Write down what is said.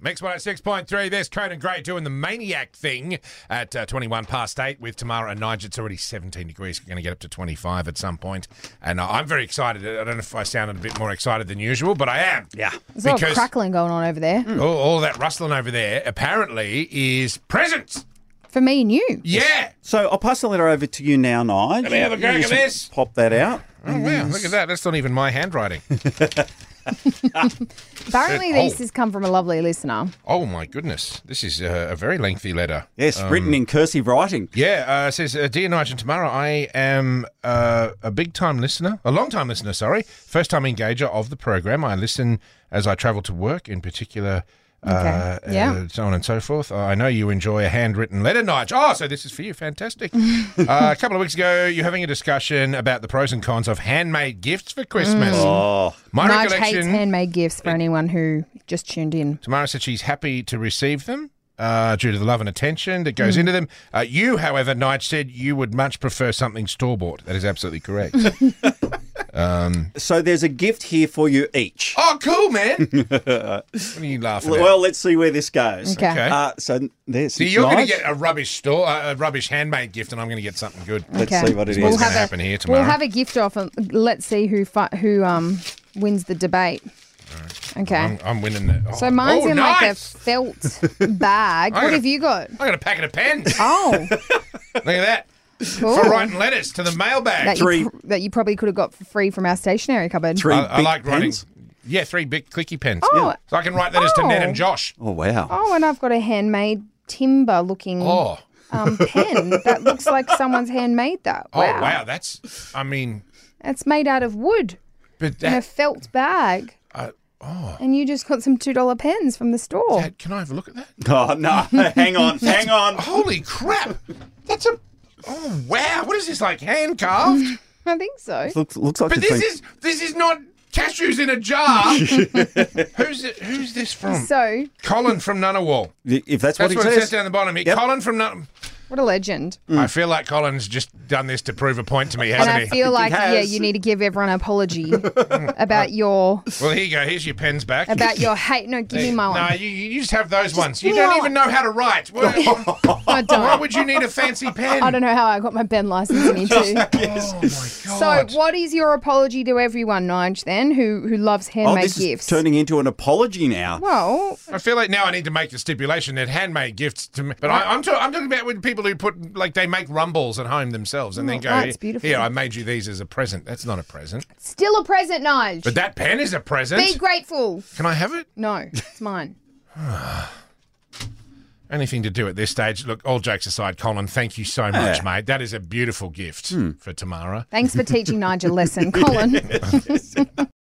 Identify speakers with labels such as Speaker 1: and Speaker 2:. Speaker 1: Mix 106.3, there's Conan Gray doing the maniac thing at uh, 21 past 8 with Tamara and Nigel. It's already 17 degrees, going to get up to 25 at some point. And I- I'm very excited. I don't know if I sounded a bit more excited than usual, but I am.
Speaker 2: Yeah.
Speaker 3: There's a lot of
Speaker 1: Because-
Speaker 3: crackling going on over there.
Speaker 1: All, all that rustling over there apparently is presents.
Speaker 3: For me and you.
Speaker 1: Yeah.
Speaker 2: So I'll pass the letter over to you now, Nige.
Speaker 1: Let me have a crack
Speaker 2: You
Speaker 1: at
Speaker 2: should
Speaker 1: this.
Speaker 2: Pop that out.
Speaker 1: Oh, wow. Look at that. That's not even my handwriting.
Speaker 3: Apparently,
Speaker 1: Oh.
Speaker 3: this has come from a lovely listener.
Speaker 1: oh, my goodness. This is uh, a very lengthy letter.
Speaker 2: Yes, written in cursive writing.
Speaker 1: Yeah, uh, it says, uh, Dear Nigel and Tamara, I am uh, a big time listener, a long time listener, sorry, first time engager of the program. I listen as I travel to work, in particular, uh,
Speaker 3: Okay. Yeah.
Speaker 1: uh, so on and so forth. I know you enjoy a handwritten letter, Nigel. Oh, so this is for you. Fantastic. uh, a couple of weeks ago, you're having a discussion about the pros and cons of handmade gifts for Christmas.
Speaker 2: Oh,
Speaker 1: My
Speaker 3: Nige Mm. hates
Speaker 1: recollection.
Speaker 3: handmade gifts for anyone who just tuned in.
Speaker 1: Tamara said she's happy to receive them uh, due to the love and attention that
Speaker 3: Hmm.
Speaker 1: goes into them. Uh, you, however, Nige said you would much prefer something store bought. That is absolutely correct.
Speaker 2: so there's a gift here for you each.
Speaker 1: oh, cool, man. what are you laughing at?
Speaker 2: Well, let's see where this goes.
Speaker 3: Okay.
Speaker 1: Okay.
Speaker 2: Uh, so there's.
Speaker 1: So you're going to
Speaker 2: Nige.
Speaker 1: get a rubbish store, uh, a rubbish handmade gift, and I'm going to get something good.
Speaker 2: Let's
Speaker 3: Okay.
Speaker 2: see what it
Speaker 1: What's
Speaker 2: is.
Speaker 1: gonna
Speaker 3: have a-
Speaker 1: happen here
Speaker 3: We'll
Speaker 1: tomorrow.
Speaker 3: have a gift off and let's see who fi- who um wins the debate. Okay.
Speaker 1: I'm, I'm winning that. Oh,
Speaker 3: So mine's
Speaker 1: oh,
Speaker 3: in like a
Speaker 1: nice.
Speaker 3: felt bag.
Speaker 1: I
Speaker 3: what
Speaker 1: got-
Speaker 3: have you got?
Speaker 1: I got a packet of pens.
Speaker 3: Oh,
Speaker 1: Look at that.
Speaker 3: cool.
Speaker 1: For writing letters to the
Speaker 3: that,
Speaker 1: mailbag.
Speaker 2: Three-
Speaker 3: You pr- that you probably could have got for free from our stationery cupboard.
Speaker 2: Three
Speaker 1: I, I
Speaker 2: big
Speaker 1: like writing.
Speaker 2: pens.
Speaker 1: Yeah, three big clicky pens.
Speaker 3: Oh.
Speaker 1: So I can write letters to Ned
Speaker 3: Oh.
Speaker 1: and Josh.
Speaker 2: Oh wow.
Speaker 3: Oh, and I've got a handmade timber looking
Speaker 1: Oh.
Speaker 3: um, pen that looks like someone's handmade that.
Speaker 1: Oh, wow. That's, I mean,
Speaker 3: It's made out of wood
Speaker 1: But
Speaker 3: in a
Speaker 1: that,
Speaker 3: felt bag.
Speaker 1: Uh,
Speaker 3: And you just got some $2 pens from the store.
Speaker 1: oh. that- can I have a look at that?
Speaker 2: Oh no! hang on, hang on.
Speaker 1: Holy crap! That's a oh wow! What is this like hand carved?
Speaker 3: I think so.
Speaker 2: Looks looks like
Speaker 1: But
Speaker 2: it's
Speaker 1: this
Speaker 2: been
Speaker 1: is this is not cashews in a jar. who's it, who's this from?
Speaker 3: So,
Speaker 1: Colin from Ngunnawal.
Speaker 2: if
Speaker 1: That's
Speaker 2: that's what
Speaker 1: what
Speaker 2: it
Speaker 1: it says
Speaker 2: says.
Speaker 1: down the bottom here.
Speaker 2: Yep. Mm.
Speaker 1: Colin from Nun-
Speaker 3: what a legend.
Speaker 1: I feel like Colin's just done this to prove a point to me,
Speaker 3: And
Speaker 1: hasn't
Speaker 3: I
Speaker 1: he?
Speaker 3: feel like, yeah,
Speaker 2: has.
Speaker 3: you need to give everyone an apology about your
Speaker 1: well, here you go. Here's your pens back.
Speaker 3: about your hate. No, give me my one.
Speaker 1: no, you, you just have those ones. You
Speaker 3: give me
Speaker 1: don't
Speaker 3: my
Speaker 1: even know how to write. Why,
Speaker 3: I
Speaker 1: why
Speaker 3: don't.
Speaker 1: would you need a fancy pen?
Speaker 3: I don't know how I got my pen license in here too.
Speaker 1: Oh my
Speaker 3: So,
Speaker 1: god!
Speaker 3: what is your apology to everyone, Nige? Then, who who loves
Speaker 2: Oh,
Speaker 3: handmade
Speaker 2: this
Speaker 3: gifts?
Speaker 2: is turning into an apology now.
Speaker 3: well,
Speaker 1: I feel like now I need to make the stipulation that handmade gifts to me. But I, I'm, ta- I'm talking about with people who put, like, they make rumbles at home themselves and then
Speaker 3: Mm,
Speaker 1: go,
Speaker 3: that's beautiful.
Speaker 1: Here, I made you these as a present. That's not a present.
Speaker 3: still a present, Nige.
Speaker 1: But that pen is a present.
Speaker 3: Be grateful.
Speaker 1: Can I have it?
Speaker 3: No, it's mine.
Speaker 1: Anything to do at this stage. Look, all jokes aside, Colin, thank you so much,
Speaker 3: Ah.
Speaker 1: mate. That
Speaker 3: Hmm.
Speaker 1: is a beautiful gift for Tamara.
Speaker 3: Thanks for teaching Nigel a lesson, Colin.